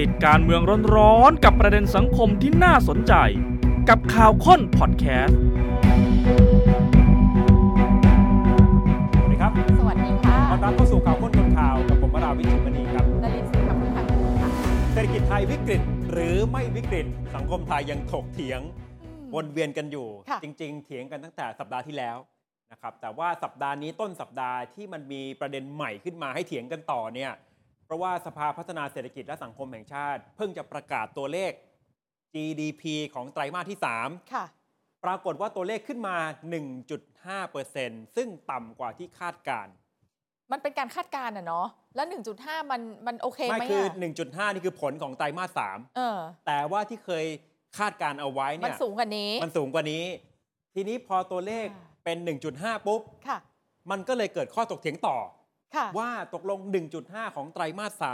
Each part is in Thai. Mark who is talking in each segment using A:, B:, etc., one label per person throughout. A: ติดการเมืองร้อนๆกับประเด็นสังคมที่น่าสนใจ กับข่าวค้นพอดแคสต์สวัสดีครับ
B: สวัสดีค่ะ
A: ต้อนรับเข้าสู่ข่าวค้นคนข่าวกับผมวราวิจิตรมณีครับ
B: นารินสิงห์คำพุทธังค่ะ
C: เศรษฐกิจไทยวิกฤตหรือไม่วิกฤต สังคมไทยยังถกเถียง
B: อืม
C: วนเวียนกันอยู่
B: ค่ะ
C: จริง ๆ เถียงกันตั้งแต่สัปดาห์ที่แล้วนะครับแต่ว่าสัปดาห์นี้ต้นสัปดาห์ที่มันมีประเด็นใหม่ขึ้นมาให้เถียงกันต่อเนี่ยเพราะว่าสภาพัฒนาเศรษฐกิจและสังคมแห่งชาติ เพิ่งจะประกาศตัวเลข GDP ของไตรมาสที่
B: ค่ะ
C: 3 ปรากฏว่าตัวเลขขึ้นมา 1.5%ซึ่งต่ำกว่าที่คาดการณ์
B: มันเป็นการคาดการณ์อะเนาะ แล้ว 1.5 มันมันโอเค
C: ไม่
B: ไหม
C: คือ
B: อะ
C: 1.5 นี่คือผลของไตรมาสสาม
B: เออ
C: แต่ว่าที่เคยคาดการณ์เอาไว้
B: มั
C: เนี่
B: น
C: ย
B: สูงกว่านี้
C: มันสูงกว่านี้ ทีนี้พอตัวเลข
B: ค่ะ
C: เป็น 1.5 ปุ๊บ
B: ค่ะ
C: มันก็เลยเกิดข้อตกเถียงต่อ
B: ค่ะ
C: ว่าตกลง 1.5 ของไตรมาส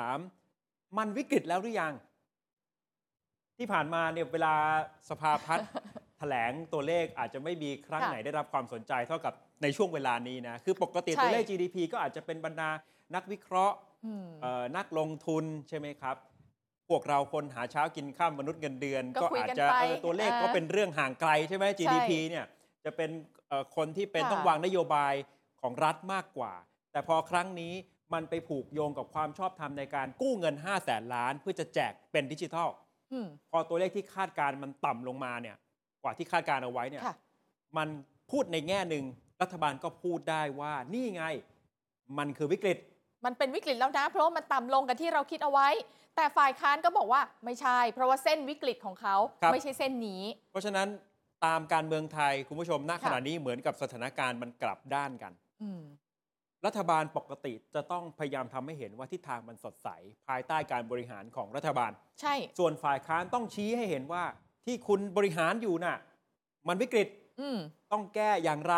C: 3 มันวิกฤตแล้วหรือยัง ที่ผ่านมาเนี่ยเวลาสภาพั ฒน์ แถลงตัวเลขอาจจะไม่มีครั้ง
B: ค่ะ
C: ไหนได้รับความสนใจเท่ากับในช่วงเวลานี้นะ คือปกติ
B: ใช่
C: ตัวเลข GDP ก็อาจจะเป็นบรรดานักวิเคราะห์
B: อืม
C: เอ่อนักลงทุนใช่ไหมครับ พวกเราคนหาเช้ากินข้ามมนุษย์เงินเดือน
B: ก็
C: ก็
B: คุย
C: อาจ
B: กัน
C: จะ
B: ไป
C: เออตัวเลข
B: อ่า
C: ก็เป็นเรื่องห่างไกลใช่ไหม GDP เนี่ยจะเป็นเอ่อคนที่เป็น
B: ค่ะ
C: ต้องวางนโยบายของรัฐมากกว่า แต่พอครั้งนี้มันไปผูกโยงกับความชอบธรรมในการกู้เงิน 5 0 0แสนล้าน เพื่อจะแจกเป็นดิจิทัล
B: อืม
C: พอตัวเลขที่คาดการณ์มันต่ำลงมาเนี่ยกว่าที่คาดการณ์เอาไว้เนี่ย
B: ค่ะ
C: มันพูดในแง่หนึ่งรัฐบาลก็พูดได้ว่านี่ไงมันคือวิกฤต
B: มันเป็นวิกฤตแล้วนะ เพราะว่ามันต่ำลงกับที่เราคิดเอาไว้ แต่ฝ่ายค้านก็บอกว่าไม่ใช่ เพราะว่าเส้นวิกฤตของเขา
C: ครับ
B: ไม่ใช่เส้นนี้
C: เพราะฉะนั้นตามการเมืองไทย คุณผู้ชมณขณะ
B: ค่ะ
C: นี้เหมือนกับสถานการณ์มันกลับด้านกัน
B: อืม
C: รัฐบาลปกติจะต้องพยายามทำให้เห็นว่าทิศทางมันสดใส ภายใต้การบริหารของรัฐบาล
B: ใช่
C: ส่วนฝ่ายค้านต้องชี้ให้เห็นว่าที่คุณบริหารอยู่น่ะ มันวิกฤต
B: อืม
C: ต้องแก้อย่างไร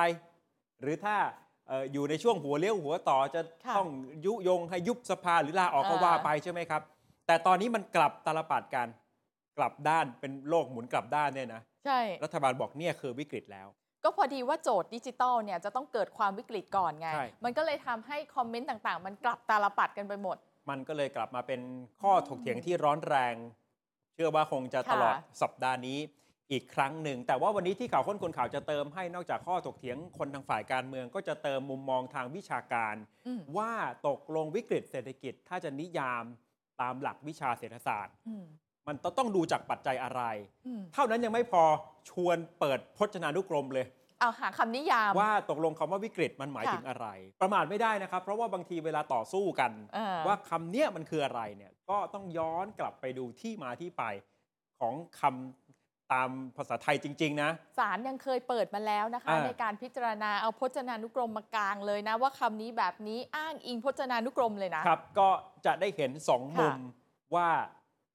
C: หรือถ้าเอออยู่ในช่วงหัวเลี้ยวหัวต่อจะ
B: ค่ะ
C: ต้องยุยงให้ยุบสภาหรือลาออกก็
B: อ่า
C: ว่าไปใช่ไหมครับ แต่ตอนนี้มันกลับตาลปัดกันกลับด้านเป็นโลกหมุนกลับด้านเนี่ยนะ
B: ใช่
C: รัฐบาลบอกเนี่ยคือวิกฤตแล้ว
B: ก็พอดีว่าโจทย์ดิจิตอลเนี่ยจะต้องเกิดความวิกฤตก่อนไง
C: ใช่
B: มันก็เลยทำให้คอมเมนต์ต่างๆ มันกลับตาลปัดกันไปหมด
C: มันก็เลยกลับมาเป็นข้อถกเถียงที่ร้อนแรง เชื่อว่าคงจะ
B: ค่ะ
C: ตลอดสัปดาห์นี้อีกครั้งหนึ่ง แต่ว่าวันนี้ที่ข่าวค้นคนข่าวจะเติมให้นอกจากข้อถกเถียงคนทางฝ่ายการเมือง ก็จะเติมมุมมองทางวิชาการ
B: อืม
C: ว่าตกลงวิกฤตเศรษฐกิจ ถ้าจะนิยามตามหลักวิชาเศรษฐศาสตร์
B: อืม
C: มันต้องดูจากปัจจัยอะไร
B: อืม
C: เท่านั้นยังไม่พอชวนเปิดพจนานุกรมเลย
B: เอาหาคำนิยาม
C: ว่าตกลงคำว่าวิกฤตมันหมาย
B: ค่ะ
C: ถึงอะไร ประมาทไม่ได้นะครับ เพราะว่าบางทีเวลาต่อสู้กัน
B: เออ
C: ว่าคำเนี้ยมันคืออะไรเนี่ยก็ต้องย้อนกลับไปดูที่มาที่ไปของคำตามภาษาไทยจริง ๆ นะ
B: ศาลยังเคยเปิดมาแล้วนะคะ
C: อ่า
B: ในการพิจารณาเอาพจนานุกรมมากลางเลยนะ ว่าคำนี้แบบนี้อ้างอิงพจนานุกรมเลยนะ
C: ครับ ก็จะได้เห็นสอง
B: ค่ะ
C: มุมว่า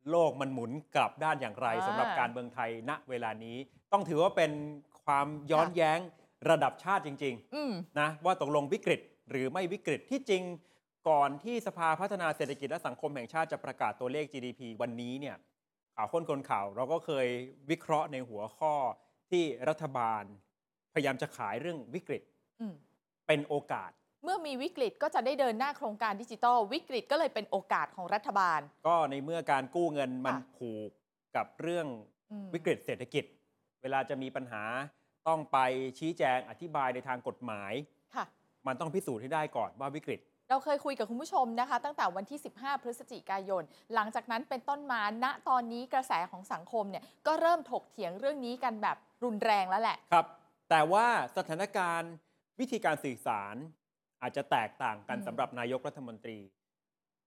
C: โลกมันหมุนกลับด้านอย่างไร
B: อ่า
C: สำหรับการเมืองไทยณเวลานี้ ต้องถือว่าเป็นความย้อน
B: ค่ะ
C: แย้งระดับชาติจริง ๆ
B: อืม
C: นะว่าตกลงวิกฤตหรือไม่วิกฤตที่จริงก่อนที่สภาพัฒนาเศรษฐกิจและสังคมแห่งชาติจะประกาศตัวเลข GDP วันนี้เนี่ยข่าวค้นคนข่าวเราก็เคยวิเคราะห์ในหัวข้อที่รัฐบาล พยายามจะขายเรื่องวิกฤต
B: อืม
C: เป็นโอกาส
B: เมื่อมีวิกฤตก็จะได้เดินหน้าโครงการดิจิทัล วิกฤตก็เลยเป็นโอกาสของรัฐบาล
C: ก็ในเมื่อการกู้เงินมัน
B: ค่ะ
C: ผูกกับเรื่อง
B: อืม
C: วิกฤตเศรษฐกิจ เวลาจะมีปัญหาต้องไปชี้แจงอธิบายในทางกฎหมาย
B: ค่ะ
C: มันต้องพิสูจน์ให้ได้ก่อนว่าวิกฤต
B: เราเคยคุยกับคุณผู้ชมนะคะ ตั้งแต่วันที่ 15 พฤศจิกายน หลังจากนั้นเป็นต้นมาณตอนนี้กระแสของสังคมเนี่ยก็เริ่มถกเถียงเรื่องนี้กันแบบรุนแรงแล้วแหละ
C: ครับ แต่ว่าสถานการณ์วิธีการสื่อสารอาจจะแตกต่างกัน
B: อืม
C: สำหรับนายกรัฐมนตรี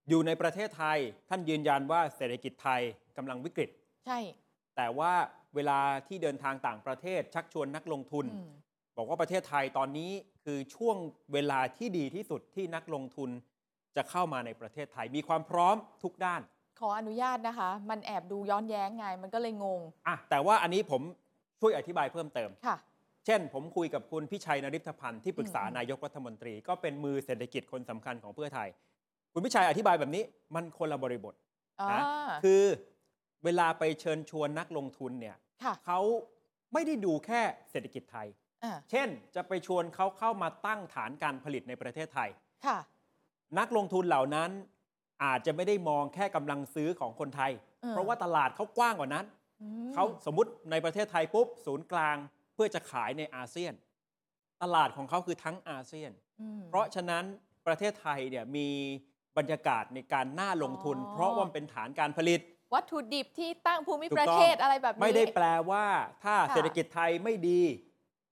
C: อยู่ในประเทศไทยท่านยืนยันว่าเศรษฐกิจไทยกำลังวิกฤต
B: ใช่
C: แต่ว่าเวลาที่เดินทางต่างประเทศชักชวนนักลงทุน
B: อืม
C: บอกว่าประเทศไทยตอนนี้คือช่วงเวลาที่ดีที่สุดที่นักลงทุนจะเข้ามาในประเทศไทยมีความพร้อมทุกด้าน
B: ขออนุญาตนะคะ มันแอบดูย้อนแย้งไงมันก็เลยงง
C: อ่ะแต่ว่าอันนี้ผมช่วยอธิบายเพิ่มเติม
B: ค่ะ
C: เช่น ผมคุยกับคุณพิชัยนริพพันธ์ที่ปรึกษา
B: อืม
C: นายกรัฐมนตรี ก็เป็นมือเศรษฐกิจคนสำคัญของเพื่อไทย คุณพิชัยอธิบายแบบนี้มันคนละบริบท
B: อ่า
C: นะ คือเวลาไปเชิญชวนนักลงทุนเนี่ย
B: ค่ะ
C: เขาไม่ได้ดูแค่เศรษฐกิจไทย
B: อ่า
C: เช่น จะไปชวนเขาเข้ามาตั้งฐานการผลิตในประเทศไทย
B: ค่ะ
C: นักลงทุนเหล่านั้น อาจจะไม่ได้มองแค่กำลังซื้อของคนไทย
B: เออ
C: เพราะว่าตลาดเขากว้างกว่านั้น
B: อืม
C: เขาสมมติในประเทศไทยปุ๊บ ศูนย์กลางเพื่อจะขายในอาเซียน ตลาดของเขาคือทั้งอาเซียน
B: อืม
C: เพราะฉะนั้นประเทศไทยเนี่ยมีบรรยากาศในการน่าลงทุน
B: อ๋อ
C: เพราะว่ามันเป็นฐานการผลิต
B: วัตถุดิบที่ตั้งภูมิ
C: ถูก
B: ประ
C: ต้อง
B: เทศอะไรแบบนี้
C: ไม่ได้แปลว่าถ้า
B: ค่ะ
C: เศรษฐกิจไทยไม่ดี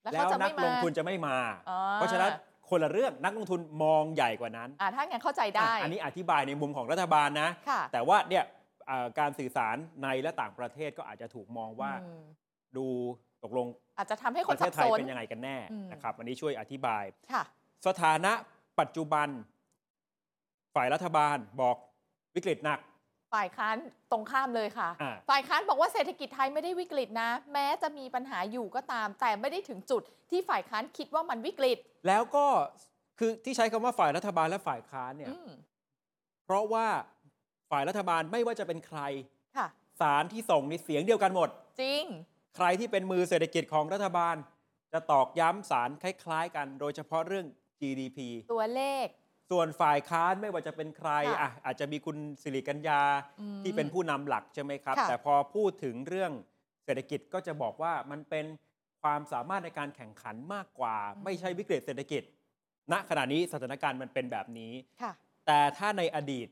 B: แล้ว
C: แล้ว
B: เขาจะ
C: นั
B: ไม่
C: ก
B: มา
C: ลงทุนจะไม่มา
B: อ๋อ
C: เพราะฉะนั้นคนละเรื่องนักลงทุนมองใหญ่กว่านั้น
B: อ่าถ้างั้นเข้าใจได้
C: อ่ะอันนี้อธิบายในมุมของรัฐบาลนะ
B: ค่ะ
C: แต่ว่าเนี่ยเอ่อการสื่อสารในและต่างประเทศก็อาจจะถูกมองว่า
B: อืม
C: ดูตกลง
B: อาจจะทำให้ค
C: ป
B: น
C: ระเท
B: สั
C: ศ
B: บ
C: ไท
B: ส
C: ย
B: น
C: เป็นยังไงกันแน่
B: อืม
C: นะครับอันนี้ช่วยอธิบาย
B: ค่ะ
C: สถานะปัจจุบัน ฝ่ายรัฐบาลบอกวิกฤตหนัก
B: ฝ่ายค้านตรงข้ามเลยค่ะ
C: อ่า
B: ฝ่ายค้านบอกว่าเศรษฐกิจไทยไม่ได้วิกฤตนะ แม้จะมีปัญหาอยู่ก็ตาม แต่ไม่ได้ถึงจุดที่ฝ่ายค้านคิดว่ามันวิกฤต
C: แล้วก็คือที่ใช้คำว่าฝ่ายรัฐบาลและฝ่ายค้านเนี่ย
B: อืม
C: เพราะว่าฝ่ายรัฐบาลไม่ว่าจะเป็นใคร
B: ค่ะ
C: สารที่ส่งในเสียงเดียวกันหมด
B: จริง
C: ใครที่เป็นมือเศรษฐกิจของรัฐบาล จะตอกย้ำสารคล้ายๆ กัน โดยเฉพาะเรื่อง GDP
B: ตัวเลข
C: ส่วนฝ่ายค้านไม่ว่าจะเป็นใคร
B: ค่ะ
C: อ่ะอาจจะมีคุณสิริกัญญา
B: อืม
C: ที่เป็นผู้นำหลักใช่ไหมครับ
B: ค่ะ
C: แต่พอพูดถึงเรื่องเศรษฐกิจก็จะบอกว่ามันเป็นความสามารถในการแข่งขันมากกว่า ไม่ใช่วิกฤตเศรษฐกิจ ณขณะนี้สถานการณ์มันเป็นแบบนี้
B: ค่ะ
C: แต่ถ้าในอดีต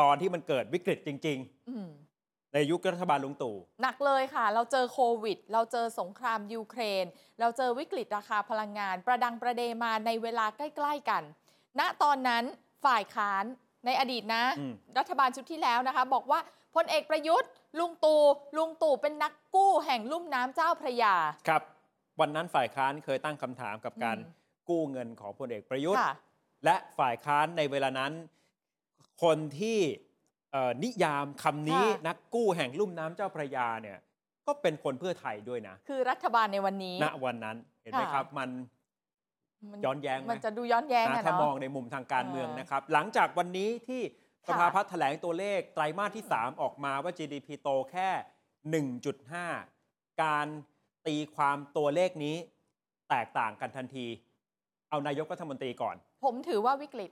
C: ตอนที่มันเกิดวิกฤตจริง
B: อืม
C: ๆ ในยุครัฐบาลลุงตู่
B: หนักเลยค่ะ เราเจอโควิด เราเจอสงครามยูเครน เราเจอวิกฤตราคาพลังงาน ประดังประเดมาในเวลาใกล้ ๆกัน ณ ตอนนั้นฝ่ายค้านในอดีตนะ
C: อืม
B: รัฐบาลชุดที่แล้วนะคะ บอกว่าพลเอกประยุทธ์ ลุงตู่ลุงตู่เป็นนักกู้แห่งลุ่มน้ำเจ้าพระยา
C: ครับ วันนั้นฝ่ายค้านเคยตั้งคำถามกับการ
B: อืม
C: กู้เงินของพลเอกประยุทธ์
B: ค่ะ
C: และฝ่ายค้านในเวลานั้น คนที่เอ่อนิยามคำนี้
B: ค่ะ
C: นักกู้แห่งลุ่มน้ำเจ้าพระยาเนี่ยก็เป็นคนเพื่อไทยด้วยนะ
B: คือรัฐบาลในวันนี้
C: ณวันนั้นเห็นไหม
B: ค่ะ
C: ครับ มัน
B: มัน
C: ย้อนแย้งไหม
B: มันจะดูย้อนแย้ง
C: นะ
B: อะ
C: ถ้ามอ
B: เนาะ
C: งในมุมทางการ
B: เออ
C: เมืองนะครับ หลังจากวันนี้ที่ส
B: ค่ะ
C: ภาพัฒน์แถลงตัวเลขไตรมาสที่ 3 ออกมาว่า GDP โตแค่ 1.5 การตีความตัวเลขนี้แตกต่างกันทันที เอานายกรัฐมนตรีก่อน
B: ผมถือว่าวิกฤต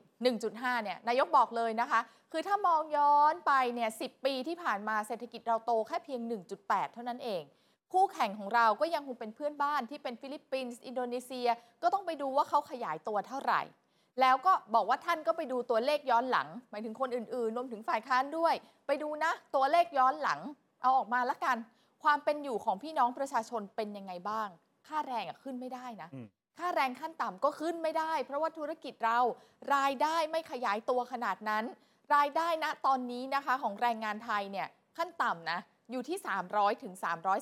B: 1.5 เนี่ย นายกบอกเลยนะคะ คือถ้ามองย้อนไปเนี่ย 10 ปีที่ผ่านมาเศรษฐกิจเราโตแค่เพียง 1.8 เท่านั้นเอง คู่แข่งของเราก็ยังคงเป็นเพื่อนบ้านที่เป็นฟิลิปปินส์ อินโดนีเซีย ก็ต้องไปดูว่าเขาขยายตัวเท่าไหร่ แล้วก็บอกว่าท่านก็ไปดูตัวเลขย้อนหลัง หมายถึงคนอื่นๆ รวมถึงฝ่ายค้านด้วย ไปดูนะ ตัวเลขย้อนหลัง เอาออกมาละกัน ความเป็นอยู่ของพี่น้องประชาชนเป็นยังไงบ้าง ค่าแรงอะขึ้นไม่ได้นะ
C: อืม
B: ค่าแรงขั้นต่ำก็ขึ้นไม่ได้ เพราะว่าธุรกิจเรารายได้ไม่ขยายตัวขนาดนั้น รายได้ณตอนนี้นะคะของแรงงานไทยเนี่ยขั้นต่ำนะอยู่ที่ 300ถึง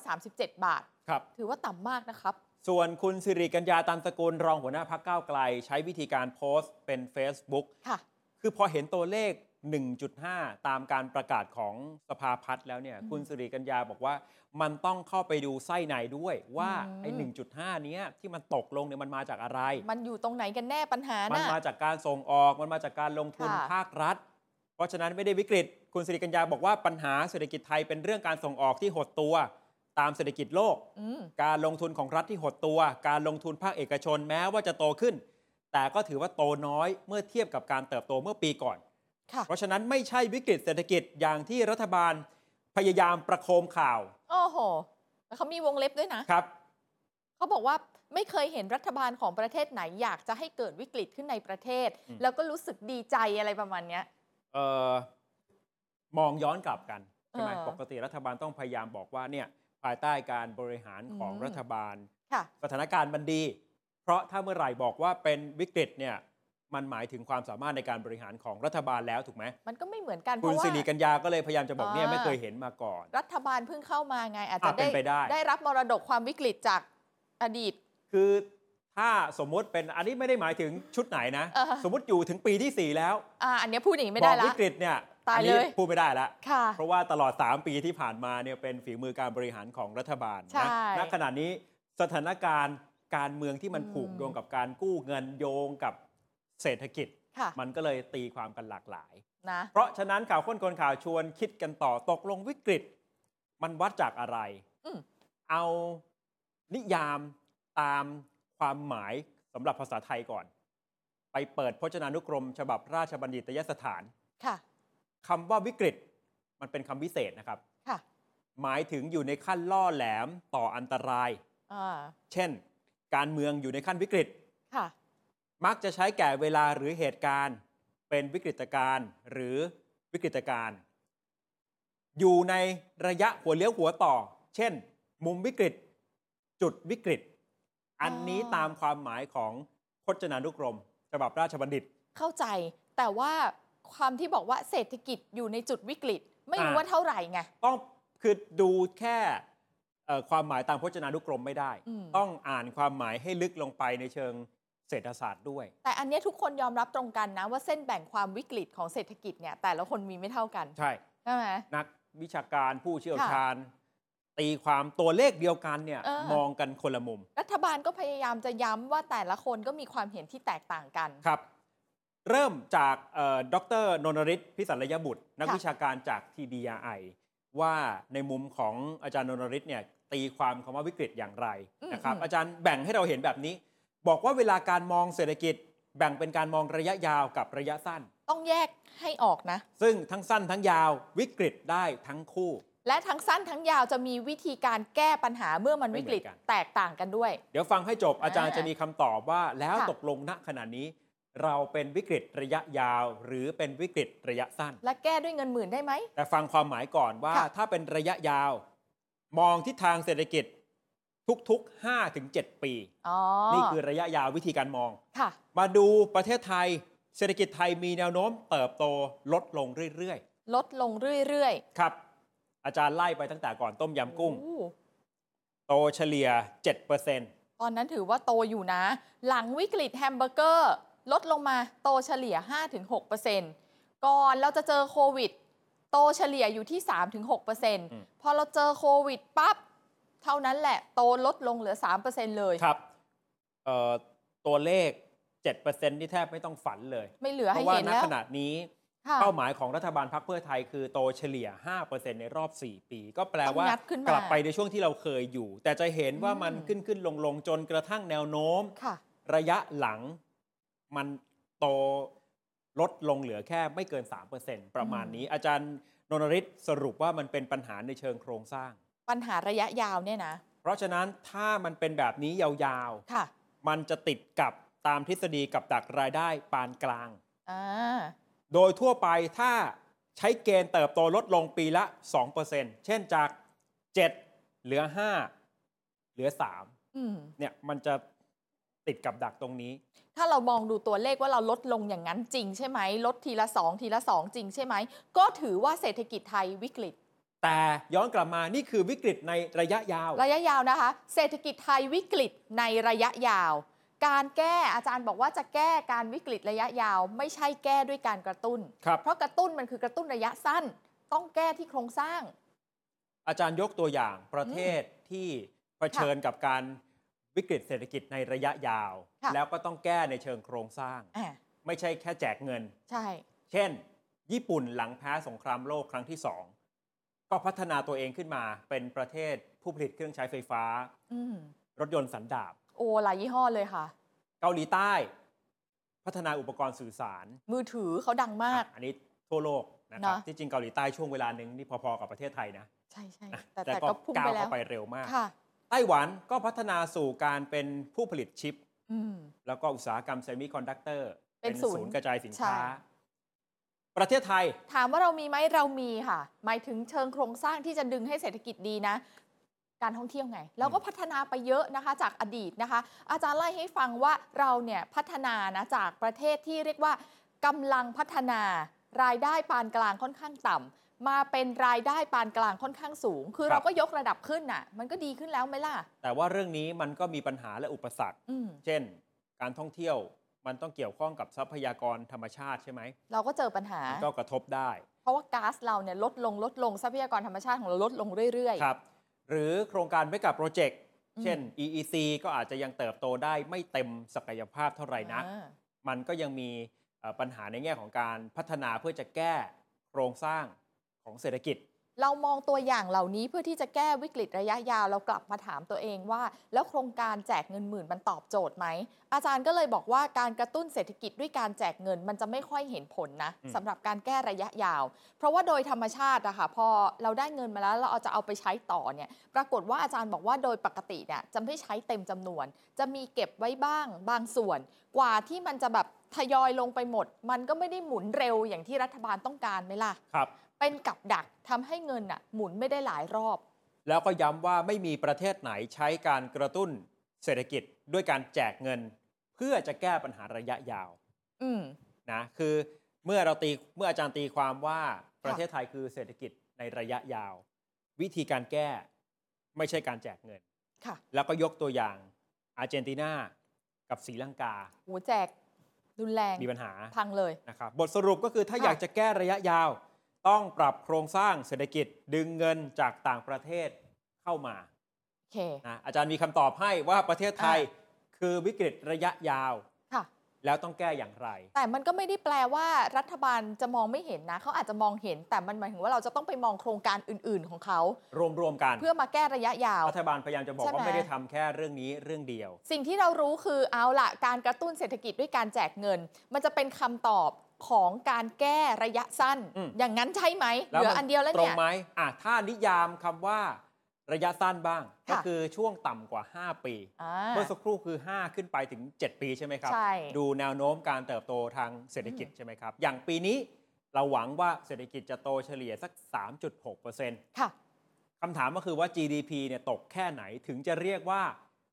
B: 337 บาท
C: ครับ
B: ถือว่าต่ำมากนะครับ
C: ส่วนคุณสิริกัญญาตันสกุลรองหัวหน้าพักก้าวไกล ใช้วิธีการโพสต์เป็น Facebook
B: ค่ะ
C: คือพอเห็นตัวเลข 1.5 ตามการประกาศของสภาพัฒน์แล้วเนี่ย
B: อืม
C: คุณสิริกัญญาบอกว่ามันต้องเข้าไปดูไส้ในด้วยว่า
B: อืม
C: ไอ้ 1.5 เนี้ยที่มันตกลงเนี่ยมันมาจากอะไร
B: มันอยู่ตรงไหนกันแน่ปัญหา
C: มัน
B: น่ะ
C: มาจากการส่งออก มันมาจากการลงทุน
B: ค่ะ
C: ภาครัฐ เพราะฉะนั้นไม่ได้วิกฤต คุณสิริกัญญาบอกว่าปัญหาเศรษฐกิจไทยเป็นเรื่องการส่งออกที่หดตัวตามเศรษฐกิจโลก
B: อืม
C: การลงทุนของรัฐที่หดตัว การลงทุนภาคเอกชนแม้ว่าจะโตขึ้น แต่ก็ถือว่าโตน้อยเมื่อเทียบกับการเติบโตเมื่อปีก่อน
B: ค่ะ
C: เพราะฉะนั้นไม่ใช่วิกฤตเศรษฐกิจอย่างที่รัฐบาลพยายามประโคมข่าว
B: โอ้โหแล้วเขามีวงเล็บด้วยนะ
C: ครับ
B: เขาบอกว่าไม่เคยเห็นรัฐบาลของประเทศไหนอยากจะให้เกิดวิกฤตขึ้นในประเทศ
C: อืม
B: แล้วก็รู้สึกดีใจอะไรประมาณเนี้ย
C: เออมองย้อนกลับกันใช่ไหม
B: เออ
C: ปกติรัฐบาลต้องพยายามบอกว่าเนี่ยภายใต้การบริหารของ
B: อืม
C: รัฐบาล
B: ค่ะ
C: สถานการณ์มันดี เพราะถ้าเมื่อไหร่บอกว่าเป็นวิกฤตเนี่ยมันหมายถึงความสามารถในการบริหารของรัฐบาลแล้วถูกไหม
B: มันก็ไม่เหมือนกันเพ
C: คุณ
B: ราะว่า
C: สิริกัญญาก็เลยพยายามจะบอกเนี่ย
B: อ่า
C: ไม่เคยเห็นมาก่อน
B: รัฐบาลเพิ่งเข้ามาไง อาจจะ
C: อ่ะเป็นไปได้
B: ได้รับมรดกความวิกฤตจากอดีต
C: คือถ้าสมมติเป็นอันนี้ไม่ได้หมาย ถึงชุดไหนนะ
B: เออ
C: สมมติอยู่ถึงปีที่ 4 แล้ว
B: อ่าอันเนี้ยพูดอย่างนี้ไม่
C: บ
B: ได้
C: อก
B: ละ
C: วิกฤตเนี่ย
B: ตาย
C: อันนี้
B: เลย
C: พูดไม่ได้ละ
B: ค่ะ
C: เพราะว่าตลอด 3 ปีที่ผ่านมาเนี่ยเป็นฝีมือการบริหารของรัฐบาล
B: ใช่
C: นะณขณะนี้สถานการณ์การเมืองที่มัน
B: อืม
C: ผูกโยงกับการกู้เงินโยงกับเศรษฐกิจ
B: ค่ะ
C: มันก็เลยตีความกันหลากหลาย
B: นะ
C: เพราะฉะนั้นข่าวค้นคนข่าวชวนคิดกันต่อตกลงวิกฤต มันวัดจากอะไร
B: อืม
C: เอานิยามตามความหมายสำหรับภาษาไทยก่อน ไปเปิดพจนานุกรม ฉบับราชบัณฑิตยสถาน
B: ค่ะ
C: คำว่าวิกฤตมันเป็นคำวิเศษนะครับ
B: ค่ะ
C: หมายถึงอยู่ในขั้นล่อแหลมต่ออันตราย
B: อ่า
C: เช่น การเมืองอยู่ในขั้นวิกฤต
B: ค่ะ
C: มักจะใช้แก่เวลาหรือเหตุการณ์ เป็นวิกฤตการณ์หรือวิกฤตการณ์อยู่ในระยะหัวเลี้ยวหัวต่อ เช่น มุมวิกฤต จุดวิกฤต อันนี้
B: อ๋อ
C: ตามความหมายของพจนานุกรม ฉบับราชบัณฑิต
B: เข้าใจ แต่ว่าความที่บอกว่าเศรษฐกิจอยู่ในจุดวิกฤต ไม่รู้
C: อ่า
B: ว่าเท่าไหร่ไง
C: ต้องคือดูแค่เอ่อความหมายตามพจนานุกรมไม่ได้
B: อืม
C: ต้องอ่านความหมายให้ลึกลงไปในเชิงเศรษฐศาสตร์ด้วย
B: แต่อันเนี้ยทุกคนยอมรับตรงกันนะ ว่าเส้นแบ่งความวิกฤตของเศรษฐกิจเนี่ยแต่ละคนมีไม่เท่ากัน
C: ใช่
B: ใช่ไหม
C: นักวิชาการผู้เชี่ยว
B: ค่ะ
C: ชาญ ตีความตัวเลขเดียวกันเนี่ย
B: เออ
C: มองกันคนละมุม
B: รัฐบาลก็พยายามจะย้ำว่าแต่ละคนก็มีความเห็นที่แตกต่างกัน
C: ครับ เริ่มจากดรนนริศพิสันลยบุตร นัก
B: ค่ะ
C: วิชาการจาก TDRI ว่าในมุมของอาจารย์นนริศเนี่ยตีความคำว่าวิกฤตอย่างไรนะครับอาจารย์แบ่งให้เราเห็นแบบนี้ บอกว่าเวลาการมองเศรษฐกิจ แบ่งเป็นการมองระยะยาวกับระยะสั้น
B: ต้องแยกให้ออกนะ
C: ซึ่งทั้งสั้นทั้งยาววิกฤตได้ทั้งคู่
B: และทั้งสั้นทั้งยาวจะมีวิธีการแก้ปัญหาเมื่อมันวิกฤต
C: ไม่เหมือนกัน
B: แตกต่างกันด้วย
C: เดี๋ยวฟังให้จบอาจารย์
B: อ่า
C: จะมีคำตอบว่าแล้ว
B: ค่ะ
C: ตกลงณขณะนี้ เราเป็นวิกฤตระยะยาว หรือเป็นวิกฤตระยะสั้น
B: และแก้ด้วยเงินหมื่นได้ไหม
C: แต่ฟังความหมายก่อนว่า
B: ค่ะ
C: ถ้าเป็นระยะยาว มองทิศทางเศรษฐกิจทุกๆ5ถึง7ปี
B: อ๋อ
C: นี่คือระยะยาววิธีการมอง
B: ค่ะ
C: มาดูประเทศไทย เศรษฐกิจไทยมีแนวโน้มเติบโตลดลงเรื่อย
B: ลดลงเรื่อย
C: ๆครับ อาจารย์ไล่ไปตั้งแต่ก่อนต้มยำกุ้ง
B: โอ้
C: โตเฉลี่ย 7%
B: ตอนนั้นถือว่าโตอยู่นะ หลังวิกฤตแฮมเบอร์เกอร์ ลดลงมาโตเฉลี่ย 5-6%ก่อนเราจะเจอโควิด โตเฉลี่ยอยู่ที่
C: ม
B: 3-6%พอเราเจอโควิดปั๊บ เท่านั้นแหละ โตลดลงเหลือ 3%เลย
C: ครับเอ่อตัวเลข 7%นี่แทบไม่ต้องฝันเลย
B: ไม่เหลือ
C: เพ
B: ให้
C: ราะว่า
B: เห็น
C: ณ
B: แล้ว
C: ขณะนี้
B: ค่ะ
C: เป้าหมายของรัฐบาลพรรคเพื่อไทยคือโตเฉลี่ย 5%ในรอบ 4 ปี ก็แปลว่า
B: ต้องงัดขึ้นมาก
C: ลับไปในช่วงที่เราเคยอยู่ แต่จะเห็นว่า
B: อืม
C: มันขึ้นขึ้นลงลงจนกระทั่งแนวโน้ม
B: ค่ะ
C: ระยะหลังมันโตลดลงเหลือแค่ไม่เกิน 3%ประมาณนี้ อาจารย์นนริศสรุปว่ามันเป็นปัญหาในเชิงโครงสร้าง
B: ปัญหาระยะยาวเนี่ยนะ
C: เพราะฉะนั้นถ้ามันเป็นแบบนี้ยาวๆ
B: ค่ะ
C: มันจะติดกับตามทฤษฎีกับดักรายได้ปานกลาง
B: อ่า
C: โดยทั่วไปถ้าใช้เกณฑ์เติบโตลดลงปีละ 2%เช่นจาก 7 เหลือ 5 เหลือ
B: อืม
C: 3 เนี่ยมันจะติดกับดักตรงนี้
B: ถ้าเรามองดูตัวเลขว่าเราลดลงอย่างนั้นจริงใช่ไหม ลดทีละ 2 ทีละ 2 จริงใช่ไหม ก็ถือว่าเศรษฐกิจไทยวิกฤต
C: แต่ย้อนกลับมานี่คือวิกฤตในระยะยาว
B: ระยะยาวนะคะ เศรษฐกิจไทยวิกฤตในระยะยาว การแก้อาจารย์บอกว่าจะแก้การวิกฤตระยะยาว ไม่ใช่แก้ด้วยการกระตุ้น
C: ครับ
B: เพราะกระตุ้นมันคือกระตุ้นระยะสั้น ต้องแก้ที่โครงสร้าง
C: อาจารย์ยกตัวอย่างประเทศที่เผชิญกับการวิกฤตเศรษฐกิจในระยะยาว
B: ค่ะ
C: แล้วก็ต้องแก้ในเชิงโครงสร้าง
B: อ่า
C: ไม่ใช่แค่แจกเงิน
B: ใช่
C: เช่น ญี่ปุ่นหลังแพ้สงครามโลกครั้งที่ 2 ก็พัฒนาตัวเองขึ้นมาเป็นประเทศผู้ผลิตเครื่องใช้ไฟฟ้า
B: อืม
C: รถยนต์สันดาป
B: โอหลายยี่ห้อเลยค่ะ
C: เกาหลีใต้ พัฒนาอุปกรณ์สื่อสาร
B: มือถือเขาดังมาก
C: อ่ะอันนี้ทั่วโลกนะครับ
B: เนอะ
C: ที่จริงเกาหลีใต้ช่วงเวลาหนึ่งนี่พอๆกับประเทศไทยนะ
B: ใช่ใช่
C: นะ
B: แต่แต่ก็พุ่ง
C: ก้า
B: ไป
C: ว
B: แล้
C: เข้าว ไปเร็วมาก
B: ค่ะ
C: ไต้หวันก็พัฒนาสู่การเป็นผู้ผลิตชิป
B: อืม
C: แล้วก็อุตสาหกรรมเซมิคอนดักเตอร์
B: เป็นศูนย์
C: กระจายสินค้า
B: ใช่
C: ประเทศไทย
B: ถามว่าเรามีไหมเรามีค่ะ หมายถึงเชิงโครงสร้างที่จะดึงให้เศรษฐกิจดีนะ การท่องเที่ยวไง เราก็พัฒนาไปเยอะนะคะ จากอดีตนะคะ อาจารย์ไล่ให้ฟังว่าเราเนี่ยพัฒนานะจากประเทศที่เรียกว่ากำลังพัฒนารายได้ปานกลางค่อนข้างต่ำมาเป็นรายได้ปานกลางค่อนข้างสูง คือ
C: ครั
B: เรา
C: บ
B: ก็ยกระดับขึ้นน่ะ มันก็ดีขึ้นแล้วไหมล่ะ
C: แต่ว่าเรื่องนี้มันก็มีปัญหาและอุปสรรค
B: อืม
C: เช่น การท่องเที่ยวมันต้องเกี่ยวข้องกับทรัพยากรธรรมชาติใช่ไหม
B: เราก็เจอปัญหา
C: มันก็กระทบได้
B: เพราะว่าก๊าซเราเนี่ยลดลงลดลงทรัพยากรธรรมชาติของเราลดลงเรื่อย
C: ครับ หรือโครงการไม่กับโปรเจกต์
B: อืม
C: เช่น EEC ก็อาจจะยังเติบโตได้ไม่เต็มศักยภาพเท่าไหร่นะ
B: อ่า
C: มันก็ยังมีเอ่อปัญหาในแง่ของการพัฒนาเพื่อจะแก้โครงสร้างของเศรษฐกิจ
B: เรามองตัวอย่างเหล่านี้เพื่อที่จะแก้วิกฤตระยะยาวเรากลับมาถามตัวเองว่า แล้วโครงการแจกเงินหมื่นมันตอบโจทย์ไหม อาจารย์ก็เลยบอกว่าการกระตุ้นเศรษฐกิจด้วยการแจกเงินมันจะไม่ค่อยเห็นผลนะ
C: อืม
B: สำหรับการแก้ระยะยาว เพราะว่าโดยธรรมชาติอะค่ะพอเราได้เงินมาแล้วเราเอาจะเอาไปใช้ต่อเนี่ยปรากฏว่าอาจารย์บอกว่าโดยปกติเนี่ยจะไม่ใช้เต็มจำนวน จะมีเก็บไว้บ้างบางส่วน กว่าที่มันจะแบบทยอยลงไปหมด มันก็ไม่ได้หมุนเร็วอย่างที่รัฐบาลต้องการไหมล่ะ
C: ครับ
B: เป็นกับดักทำให้เงินน่ะหมุนไม่ได้หลายรอบ
C: แล้วก็ย้ำว่าไม่มีประเทศไหนใช้การกระตุ้นเศรษฐกิจด้วยการแจกเงิน เพื่อจะแก้ปัญหาระยะยาว
B: อืม
C: นะคือเมื่อเราตีเมื่ออาจารย์ตีความว่าประเทศไทยคือเศรษฐกิจในระยะยาว วิธีการแก้ไม่ใช่การแจกเงิน
B: ค่ะ
C: แล้วก็ยกตัวอย่างอาร์เจนตินากับศรีลังกา
B: โหแจกรุนแรง
C: มีปัญหา
B: พังเลย
C: นะครับบทสรุปก็คือถ้า
B: ค่ะ
C: อยากจะแก้ระยะยาว ต้องปรับโครงสร้างเศรษฐกิจดึงเงินจากต่างประเทศเข้ามา
B: โอเค
C: นะอาจารย์มีคำตอบให้ว่าประเทศไทยคือวิกฤตระยะยาว
B: ค่ะ
C: แล้วต้องแก้อย่างไร
B: แต่มันก็ไม่ได้แปลว่ารัฐบาลจะมองไม่เห็นนะ เขาอาจจะมองเห็น แต่มันหมายถึงว่าเราจะต้องไปมองโครงการอื่น ๆ ของเขา
C: รวมๆกัน
B: เพื่อมาแก้ระยะยาว
C: รัฐบาลพยายามจะบอก
B: ใช่
C: ว่า
B: ไหม
C: ไม่ได้ทำแค่เรื่องนี้เรื่องเดียว
B: สิ่งที่เรารู้คือเอาละการกระตุ้นเศรษฐกิจด้วยการแจกเงิน มันจะเป็นคำตอบของการแก้ระยะสั้น
C: อืม
B: อย่างนั้นใช่ไหมเหลือ
C: มั
B: อันเดียวแล้ว
C: ตร
B: เนี่
C: ง
B: ย
C: ไหมอ่ะถ้านิยามคำว่าระยะสั้นบ้าง
B: ค่ะ
C: ก็คือช่วงต่ำกว่า 5 ปี
B: อ่า
C: เมื่อสักครู่คือ 5 ขึ้นไปถึง 7 ปีใช่ไหมครับ
B: ใช่
C: ดูแนวโน้มการเติบโตทางเศรษฐกิจใช่ไหมครับ อย่างปีนี้เราหวังว่าเศรษฐกิจจะโตเฉลี่ยสัก 3.6%
B: ค่ะ
C: คำถามก็คือว่า GDP เนี่ยตกแค่ไหนถึงจะเรียกว่า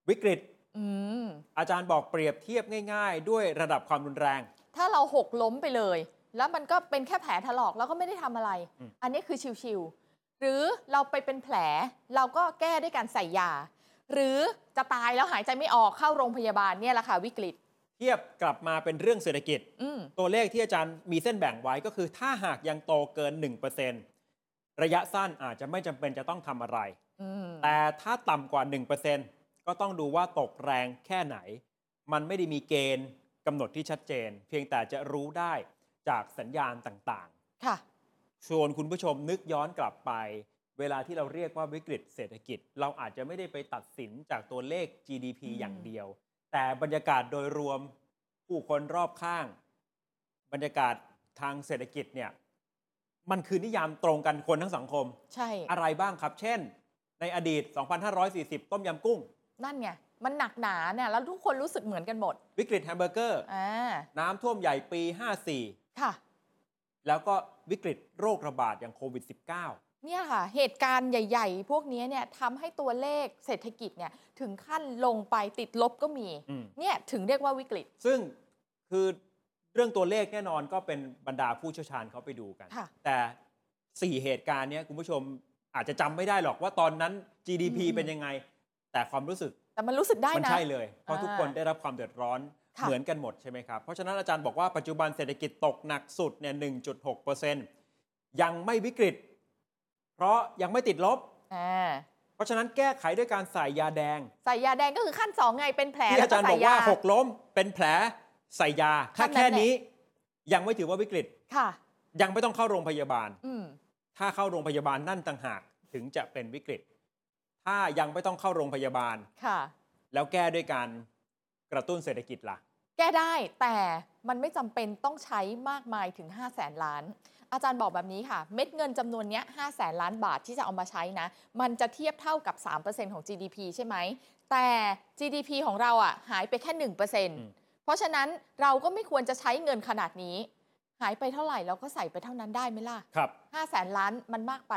C: วิกฤต
B: อืม
C: อาจารย์บอกเปรียบเทียบง่ายๆ ด้วยระดับความรุนแรง
B: ถ้าเราหกล้มไปเลย แล้วมันก็เป็นแค่แผลถลอกแล้วก็ไม่ได้ทำอะไร
C: อืม
B: อันนี้คือชิวๆหรือเราไปเป็นแผล เราก็แก้ด้วยการใส่ยา หรือจะตายแล้วหายใจไม่ออกเข้าโรงพยาบาลเนี่ยแหละค่ะวิกฤต
C: เทียบกลับมาเป็นเรื่องเศรษฐกิจ
B: อืม
C: ตัวเลขที่อาจารย์มีเส้นแบ่งไว้ก็คือ ถ้าหากยังโตเกิน 1%ระยะสั้นอาจจะไม่จำเป็นจะต้องทำอะไร
B: อืม
C: แต่ถ้าต่ำกว่า 1%ก็ต้องดูว่าตกแรงแค่ไหน มันไม่ได้มีเกณฑ์กำหนดที่ชัดเจน เพียงแต่จะรู้ได้จากสัญญาณต่าง
B: ค่ะ
C: ๆ ชวนคุณผู้ชมนึกย้อนกลับไป เวลาที่เราเรียกว่าวิกฤตเศรษฐกิจ เราอาจจะไม่ได้ไปตัดสินจากตัวเลข GDP
B: อืม
C: อย่างเดียว แต่บรรยากาศโดยรวมผู้คนรอบข้าง บรรยากาศทางเศรษฐกิจเนี่ยมันคือนิยามตรงกันคนทั้งสังคม
B: ใช่
C: อะไรบ้างครับ เช่น ในอดีต 2,540 ต้มยำกุ้ง
B: นั่นไง มันหนักหนาเนี่ย แล้วทุกคนรู้สึกเหมือนกันหมด
C: วิกฤตแฮมเบอร์เกอร์
B: อ่า
C: น้ำท่วมใหญ่ปี
B: ค่ะ
C: 54 แล้วก็วิกฤตโรคระบาดอย่างโควิด -19
B: เนี่ยค่ะ เหตุการณ์ใหญ่ ๆ พวกนี้เนี่ยทำให้ตัวเลขเศรษฐกิจเนี่ยถึงขั้นลงไปติดลบก็มี
C: อืม
B: เนี่ยถึงเรียกว่าวิกฤต
C: ซึ่งคือเรื่องตัวเลขแน่นอนก็เป็นบรรดาผู้เชี่ยวชาญเขาไปดูกัน
B: ค่ะ
C: แต่ 4 เหตุการณ์เนี้ยคุณผู้ชมอาจจะจำไม่ได้หรอกว่าตอนนั้น GDP
B: อืม
C: เป็นยังไง แต่ความรู้สึก
B: แต่มันรู้สึกได้
C: มัน
B: นะ
C: ใช่เลย เพราะ
B: อ่า
C: ทุกคนได้รับความเดือดร้อน
B: ค่ะ
C: เหมือนกันหมดใช่ไหมครับ เพราะฉะนั้นอาจารย์บอกว่าปัจจุบันเศรษฐกิจตกหนักสุดเนี่ย 1.6%ยังไม่วิกฤต เพราะยังไม่ติดลบ
B: อ่า
C: เพราะฉะนั้นแก้ไขด้วยการใส่ยาแดง
B: ใส่ยาแดงก็คือขั้น 2 ไงเป็นแผล
C: ที่
B: แล้ว
C: อา
B: ก็
C: จารย์บ
B: ใส่
C: อกว่าย
B: า
C: หกล้มเป็นแผลใส่ยาถ้า
B: ขั้นนั้น
C: แค่
B: แหละ
C: นี้ ยังไม่ถือว่าวิกฤต
B: ค่ะ
C: ยังไม่ต้องเข้าโรงพยาบาล
B: อืม
C: ถ้าเข้าโรงพยาบาลนั่นต่างหากถึงจะเป็นวิกฤต ถ้ายังไม่ต้องเข้าโรงพยาบาล
B: ค่ะ
C: แล้วแก้ด้วยการกระตุ้นเศรษฐกิจล่ะ
B: แก้ได้แต่มันไม่จำเป็นต้องใช้มากมายถึง 5 0 0แสนล้าน อาจารย์บอกแบบนี้ค่ะ เม็ดเงินจำนวนเนี้ย5 0แสนล้านบาทที่จะเอามาใช้นะ มันจะเทียบเท่ากับ 3%ของ GDP ใช่ไหม แต่ GDP ของเราอ่ะหายไปแค่ 1%
C: ม
B: เพราะฉะนั้นเราก็ไม่ควรจะใช้เงินขนาดนี้ หายไปเท่าไหร่เราก็ใส่ไปเท่านั้นได้ไหมล่ะ
C: ครับ
B: 5 0 0แสนล้านมันมากไป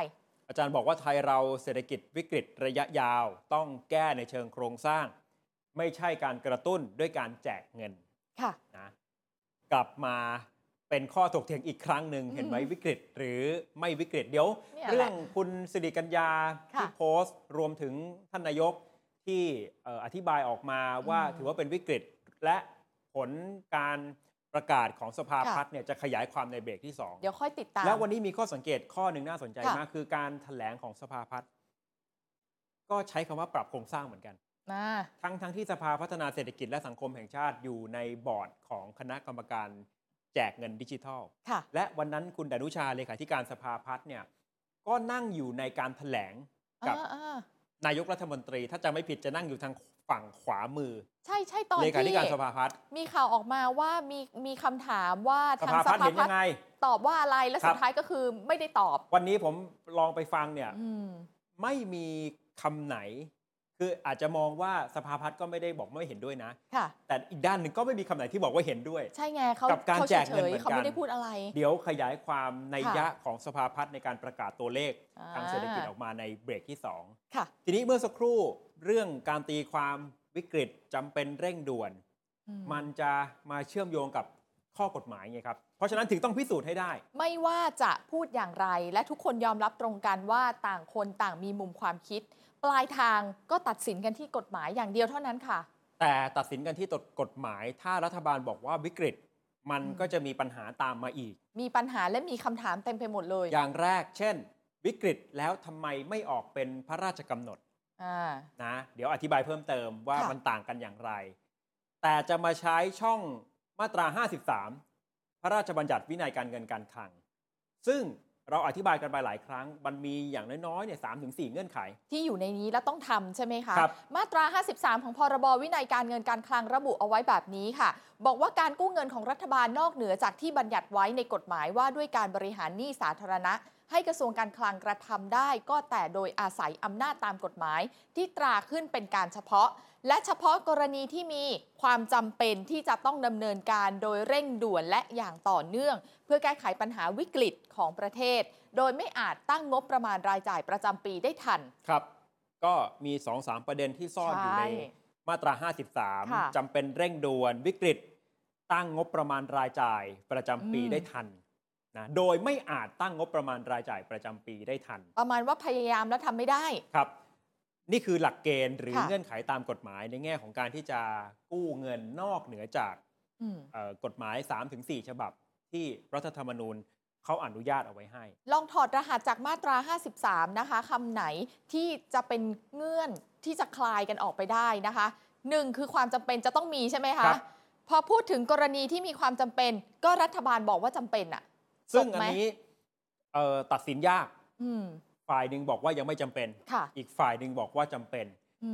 C: อาจารย์บอกว่าไทยเราเศรษฐกิจวิกฤตระยะยาว ต้องแก้ในเชิงโครงสร้าง ไม่ใช่การกระตุ้นด้วยการแจกเงิน
B: ค่ะ
C: นะกลับมาเป็นข้อถกเถียงอีกครั้งหนึ่งเห็นไหมวิกฤตหรือไม่วิกฤตเดี๋ยว
B: เนี่ยแหละ
C: เรื่องคุณสิริกัญญา
B: ค่ะ
C: ที่โพสต์ รวมถึงท่านนายกที่เอ่ออธิบายออกมาว่า
B: อืม
C: ถือว่าเป็นวิกฤตและผลการประกาศของสภา
B: ค่ะ
C: พัฒน์เนี่ยจะขยายความในเบรกที่สอง
B: เดี๋ยวค่อยติดตาม
C: แล้ววันนี้มีข้อสังเกตข้อหนึ่งน่าสนใจ
B: ค่ะ
C: มาก คือการถแถลงของสภาพัฒน์ก็ใช้คำว่าปรับโครงสร้างเหมือนกัน
B: นะ
C: ทั้งทั้งที่สภาพัฒนาเศรษฐกิจและสังคมแห่งชาติอยู่ในบอร์ดของคณะกรรมการแจกเงินดิจิทัล
B: ค่ะ
C: และวันนั้นคุณดนุชาเลขาธิการสภาพัฒน์เนี่ย ก็นั่งอยู่ในการแถลงกับ
B: อ่าอ่าน
C: ายกรัฐมนตรี ถ้าจะไม่ผิดจะนั่งอยู่ทางฝั่งขวามือ
B: ใช่ใช่ตอน
C: เลขาธิ
B: ที่
C: การสภาพัฒน์
B: มีข่าวออกมาว่ามีมีคำถามว่า
C: ส
B: ทาง
C: ภา
B: ส
C: พัฒน์
B: ภา
C: เห็น
B: พั
C: ยั
B: ฒ
C: ง
B: น์
C: ไง
B: ตอบว่าอะไรและ
C: ครับ
B: สุดท้ายก็คือไม่ได้ตอบ
C: วันนี้ผมลองไปฟังเนี่ย
B: อืม
C: ไม่มีคำไหน คืออาจจะมองว่าสภาพัฒน์ก็ไม่ได้บอกไม่เห็นด้วยนะ
B: ค่ะ
C: แต่อีกด้านหนึ่งก็ไม่มีคำไหนที่บอกว่าเห็นด้วย
B: ใช่ไงเขา
C: กับการ
B: เขา
C: แจกเงิ
B: เฉ
C: น
B: ย
C: เหมือนกัน
B: ๆเขาไม่ได้พูดอะไร
C: เดี๋ยวขยายความในยะของสภาพัฒน์ในการประกาศตัวเลขทางเศรษฐกิจ
B: อ่า
C: ออกมาในเบรกที่
B: ค่ะ
C: 2 ทีนี้เมื่อสักครู่เรื่องการตีความวิกฤตจำเป็นเร่งด่วน
B: อืม
C: มันจะมาเชื่อมโยงกับข้อกฎหมายไงครับ เพราะฉะนั้นถึงต้องพิสูจน์ให้ได้
B: ไม่ว่าจะพูดอย่างไรและทุกคนยอมรับตรงกันว่าต่างคนต่างมีมุมความคิด ปลายทางก็ตัดสินกันที่กฎหมายอย่างเดียวเท่านั้นค่ะ
C: แต่ตัดสินกันที่ตดกฎหมาย ถ้ารัฐบาลบอกว่าวิกฤต มัน
B: อืม
C: ก็จะมีปัญหาตามมาอีก
B: มีปัญหาและมีคำถามเต็มไปหมดเลย
C: อย่างแรก เช่น วิกฤตแล้วทำไมไม่ออกเป็นพระราชกำหนด
B: อ่า
C: นะ เดี๋ยวอธิบายเพิ่มเติมว่า
B: ค่ะ
C: มันต่างกันอย่างไร แต่จะมาใช้ช่องมาตรา 53 พระราชบัญญัติวินัยการเงินการคลัง ซึ่งเราอธิบายกันไปหลายครั้ง มันมีอย่างน้อยๆเนี่ยสามถึงสี่เงื่อนไข
B: ที่อยู่ในนี้แล้วต้องทำใช่ไหมคะ
C: ครับ
B: มาตรา 53 ของพรบวินัยการเงินการคลังระบุเอาไว้แบบนี้ค่ะ บอกว่าการกู้เงินของรัฐบาลนอกเหนือจากที่บัญญัติไว้ในกฎหมายว่าด้วยการบริหารหนี้สาธารณะ ให้กระทรวงการคลังกระทำได้ ก็แต่โดยอาศัยอำนาจตามกฎหมาย ที่ตราขึ้นเป็นการเฉพาะ และเฉพาะกรณีที่มีความจำเป็นที่จะต้องดำเนินการโดยเร่งด่วนและอย่างต่อเนื่อง เพื่อแก้ไขปัญหาวิกฤตของประเทศ โดยไม่อาจตั้งงบประมาณรายจ่ายประจำปีได้ทัน
C: ครับ ก็มี2อสามประเด็นที่ซ่อนอยู่ใน
B: ใช่
C: มาตรา
B: ค่ะ
C: 53จำเป็นเร่งด่วนวิกฤต ตั้งงบประมาณรายจ่ายประจำปีได้ทันนะโดยไม่อาจตั้งงบประมาณรายจ่ายประจำปีได้ทัน
B: ประมาณว่าพยายามแล้วทำไม่ได้
C: ครับ นี่คือหลักเกณฑ์หรือ
B: ค่ะ
C: เงื่อนไขตามกฎหมายในแง่ของการที่จะกู้เงินนอกเหนือจาก
B: อืม
C: เอ่อกฎหมาย 3-4 ฉบับ ที่รัฐธรรมนูญเขาอนุญาตเอาไว้ให้
B: ลองถอดรหัสจากมาตรา 53 นะคะคำไหนที่จะเป็นเงื่อนที่จะคลายกันออกไปได้นะคะหนึ่งคือความจำเป็นจะต้องมีใช่ไหม
C: ครั
B: คะ
C: บ
B: พอพูดถึงกรณีที่มีความจำเป็น ก็รัฐบาลบอกว่าจำเป็นอ่ะ
C: ซึ่ง
B: จบ
C: อั
B: ไหม
C: นนี้เอ่อตัดสินยาก
B: อืม
C: ฝ่ายหนึ่งบอกว่ายังไม่จำเป็น
B: ค่ะ
C: อีกฝ่ายหนึ่งบอกว่าจำเป็น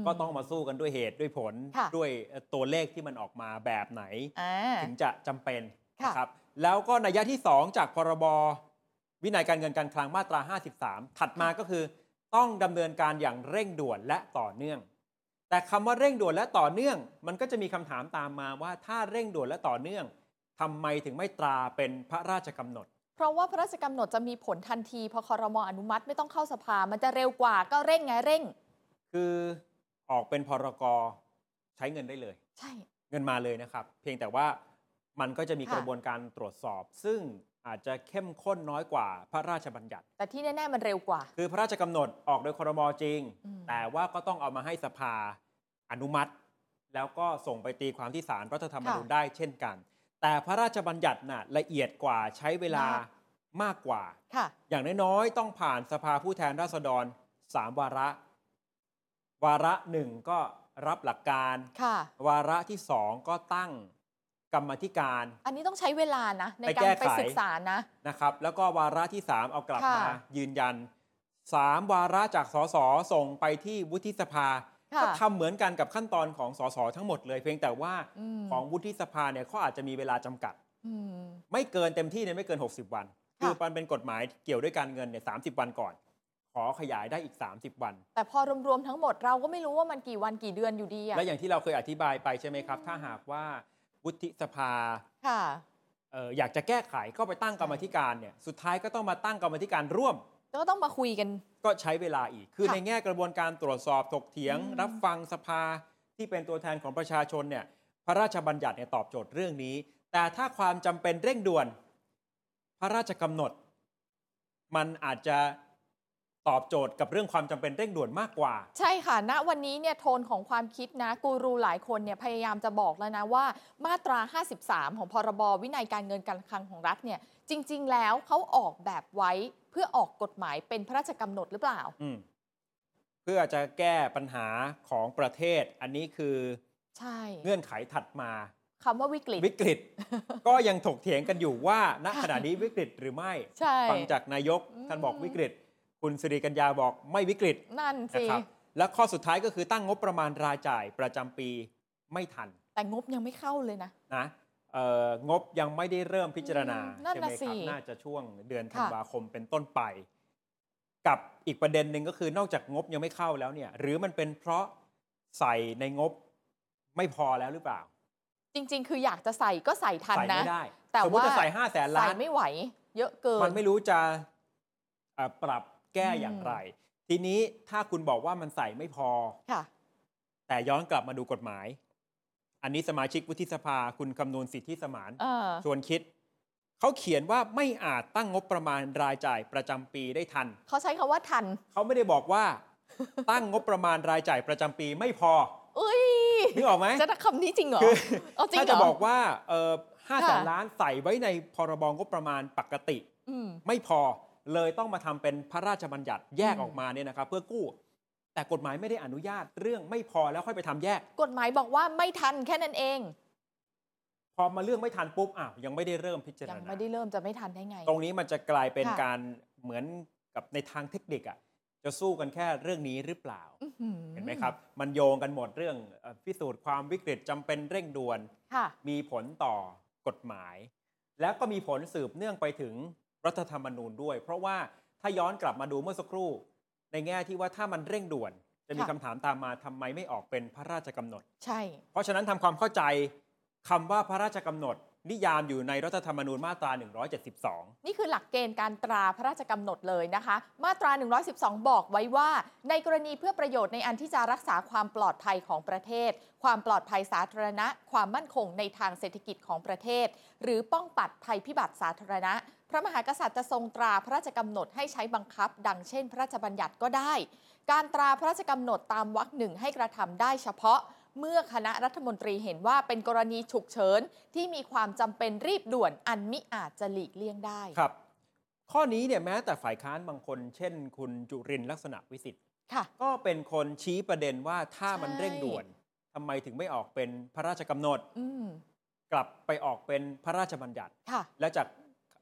B: ม
C: ก็ต้องมาสู้กันด้วยเหตุด้วยผล
B: ค่ะ
C: ด้วยเอ่อตัวเลขที่มันออกมาแบบไหน
B: อ่า
C: ถึงจะจำเป็น
B: ค่ะ
C: นะครับ แล้วก็นัยยะที่ 2 จากพรบวินัยการเงินการคลังมาตรา 53 ถัดมาก็คือต้องดำเนินการอย่างเร่งด่วนและต่อเนื่อง แต่คำว่าเร่งด่วนและต่อเนื่อง มันก็จะมีคำถามตามมาว่าถ้าเร่งด่วนและต่อเนื่องทำไมถึงไม่ตราเป็นพระราชกำหนด
B: เพราะว่าพระราชกำหนดจะมีผลทันทีพอคอรมออนุมัติไม่ต้องเข้าสภา มันจะเร็วกว่าก็เร่งไงเร่ง
C: คือออกเป็นพรกใช้เงินได้เลย
B: ใช่
C: เงินมาเลยนะครับ เพียงแต่ว่ามันก็จะมี
B: ค่ะ
C: กระบวนการตรวจสอบ ซึ่งอาจจะเข้มข้นน้อยกว่าพระราชบัญญัติ
B: แต่ที่แน่ๆมันเร็วกว่า
C: คือพระราชกำหนดออกโดยครมจริง
B: อืม
C: แต่ว่าก็ต้องเอามาให้สภาอนุมัติ แล้วก็ส่งไปตีความที่ศาลรัฐธรรมนูญได้เช่นกัน แต่พระราชบัญญัติน่ะละเอียดกว่าใช้เวลามากกว่า
B: ค่ะ
C: อย่างน้อยๆ ต้องผ่านสภาผู้แทนราษฎร 3 วาระ วาระหนึ่งก็รับหลักการ
B: ค่ะ
C: วาระที่สองก็ตั้งกรรมธิการ
B: อันนี้ต้องใช้เวลานะ ใน
C: ไป
B: กา
C: แก้
B: ร
C: ไข
B: ไปศึกษานะ
C: นะครับแล้วก็วาระที่ 3 เอากลับ
B: ค่ะ
C: มายืนยัน 3 วาระจากสสส่งไปที่วุฒิสภา
B: ค่ะ
C: ก็ทำเหมือนกันกับขั้นตอนของสสทั้งหมดเลย เพียงแต่ว่าม ของวุฒิสภาเนี่ยเขาอาจจะมีเวลาจำกัด
B: อืม
C: ไม่เกินเต็มที่เนี่ยไม่เกิน 60 วัน
B: ค่ะ
C: คือมันเป็นกฎหมายเกี่ยวด้วยการเงินเนี่ยสาวันก่อน ขอขยายได้อีก 30 วัน
B: แต่พอรวมๆทั้งหมดเราก็ไม่รู้ว่ามันกี่วันกี่เดือนอยู่ดีอะ
C: และอย่างที่เราเคยอธิบายไปใช่ไหมครับ ถ้าหากว่าวุฒิสภา
B: ค่ะ
C: เอ่ออยากจะแก้ไขก็ไปตั้งกรรมธิการเนี่ยสุดท้ายก็ต้องมาตั้งกรรมธิการร่วม
B: แล้วก็ต้องมาคุยกัน
C: ก็ใช้เวลาอีก คือ
B: ค่ะ
C: ในแง่กระบวนการตรวจสอบถกเถียง
B: อืม
C: รับฟังสภาที่เป็นตัวแทนของประชาชนเนี่ยพระราชบัญญัติเนี่ยตอบโจทย์เรื่องนี้ แต่ถ้าความจำเป็นเร่งด่วน พระราชกำหนด มันอาจจะตอบโจทย์กับเรื่องความจำเป็นเร่งด่วนมากกว่า
B: ใช่ค่ะ ณ วันนี้เนี่ยโทนของความคิดนะกูรูหลายคนเนี่ยพยายามจะบอกแล้วนะว่า มาตรา 53 ของพรบวินัยการเงินการคลังของรัฐเนี่ยจริง ๆ แล้วเขาออกแบบไว้เพื่อออกกฎหมายเป็นพระราชกำหนดหรือเปล่า
C: อืมเพื่อจะแก้ปัญหาของประเทศ อันนี้คือ
B: ใช่
C: เงื่อนไขถัดมา
B: คำว่าวิกฤต
C: วิกฤต ก็ยังถกเถียงกันอยู่ว่าณ
B: ค่ะ
C: ขณะนี้วิกฤตหรือไม่
B: ใช่
C: ฟังจากนายก
B: อืม
C: ท่านบอกวิกฤต คุณสิริกัญญาบอกไม่วิกฤต
B: นั่น
C: นะ
B: สิ
C: ครับ และข้อสุดท้ายก็คือตั้งงบประมาณรายจ่ายประจำปีไม่ทัน
B: แต่งบยังไม่เข้าเลยนะ
C: นะเอ่องบยังไม่ได้เริ่มพิจารณา
B: อืมนั่น
C: ใช่ไหม
B: น่ะ
C: ครับ
B: สิ
C: น่าจะช่วงเดือน
B: ค่ะ
C: ธันวาคมเป็นต้นไป กับอีกประเด็นหนึ่งก็คือนอกจากงบยังไม่เข้าแล้วเนี่ย หรือมันเป็นเพราะใส่ในงบไม่พอแล้วหรือเปล่า
B: จริง ๆ คืออยากจะใส่ก็ใส่ทัน
C: ใส่
B: นะ
C: ไม่ได้
B: แต่
C: สมมติ
B: ว่า
C: จะใส่ห้าแสนล้า
B: ใส่
C: น
B: ไม่ไหว เยอะเกิน
C: มันไม่รู้จะเอ่อปรับแก้อย่าง
B: อืม
C: ไร ทีนี้ถ้าคุณบอกว่ามันใส่ไม่พอ
B: ค่ะ
C: แต่ย้อนกลับมาดูกฎหมาย อันนี้สมาชิกวุฒิสภาคุณคำนวณสิทธิสมาน
B: เออ
C: ชวนคิด เขาเขียนว่าไม่อาจตั้งงบประมาณรายจ่ายประจำปีได้ทัน
B: เขาใช้คำว่าทัน
C: เขาไม่ได้บอกว่า ตั้งงบประมาณรายจ่ายประจำปีไม่พอ
B: เอ้ย
C: นึกออกไหม
B: จะได้คำนี้จริงเหรอ
C: คือ
B: เอาจริง
C: ถ้า
B: เหร
C: จะ
B: อ
C: บอกว่าห้าแส
B: ค่ะ
C: นล้านใส่ไว้ในพรบงบประมาณปกติ
B: อืม
C: ไม่พอเลยต้องมาทำเป็นพระราชบัญญัติแยก
B: อืม
C: ออกมาเนี่ยนะครับ เพื่อกู้ แต่กฎหมายไม่ได้อนุญาตเรื่องไม่พอแล้วค่อยไปทำแยก
B: กฎหมายบอกว่าไม่ทันแค่นั้นเอง
C: พอมาเรื่องไม่ทันปุ๊บอ้าวยังไม่ได้เริ่มพิจาร
B: ยัง
C: ณา
B: ไม่ได้เริ่มจะไม่ทันได้ไง
C: ตรงนี้มันจะกลายเป็น
B: ค่ะ
C: การเหมือนกับในทางเทคนิคอะจะสู้กันแค่เรื่องนี้หรือเปล่า
B: อื้อหือ
C: เห็นไหมครับ มันโยงกันหมดเรื่องเอ่อพิสูจน์ความวิกฤตจำเป็นเร่งด่วน
B: ค่ะ
C: มีผลต่อกฎหมาย แล้วก็มีผลสืบเนื่องไปถึงรัฐธรรมนูญด้วย เพราะว่าถ้าย้อนกลับมาดูเมื่อสักครู่ ในแง่ที่ว่าถ้ามันเร่งด่วน จะมี
B: ค่ะ
C: คำถามตามมาทำไมไม่ออกเป็นพระราชกำหนด
B: ใช่
C: เพราะฉะนั้นทำความเข้าใจคำว่าพระราชกำหนด นิยามอยู่ในรัฐธรรมนูญมาตรา 172
B: นี่คือหลักเกณฑ์การตราพระราชกำหนดเลยนะคะ มาตรา 112 บอกไว้ว่า ในกรณีเพื่อประโยชน์ในอันที่จะรักษาความปลอดภัยของประเทศ ความปลอดภัยสาธารณะ ความมั่นคงในทางเศรษฐกิจของประเทศ หรือป้องปัดภัยพิบัติสาธารณะ พระมหากษัตริย์จะทรงตราพระราชกำหนดให้ใช้บังคับ ดังเช่น พระราชบัญญัติก็ได้ การตราพระราชกำหนดตามวรรคหนึ่งให้กระทำได้เฉพาะ เมื่อคณะรัฐมนตรีเห็นว่าเป็นกรณีฉุกเฉินที่มีความจำเป็นรีบด่วนอันมิอาจจะหลีกเลี่ยงได้
C: ครับ ข้อนี้เนี่ยแม้แต่ฝ่ายค้านบางคน เช่น คุณจุรินทร์ลักษณะวิสิทธิ์
B: ค่ะ
C: ก็เป็นคนชี้ประเด็นว่าถ้ามัน
B: ใช่
C: เร่งด่วนทำไมถึงไม่ออกเป็นพระราชกำหนด
B: อืม
C: กลับไปออกเป็นพระราชบัญญัติ
B: ค่ะ
C: และจาก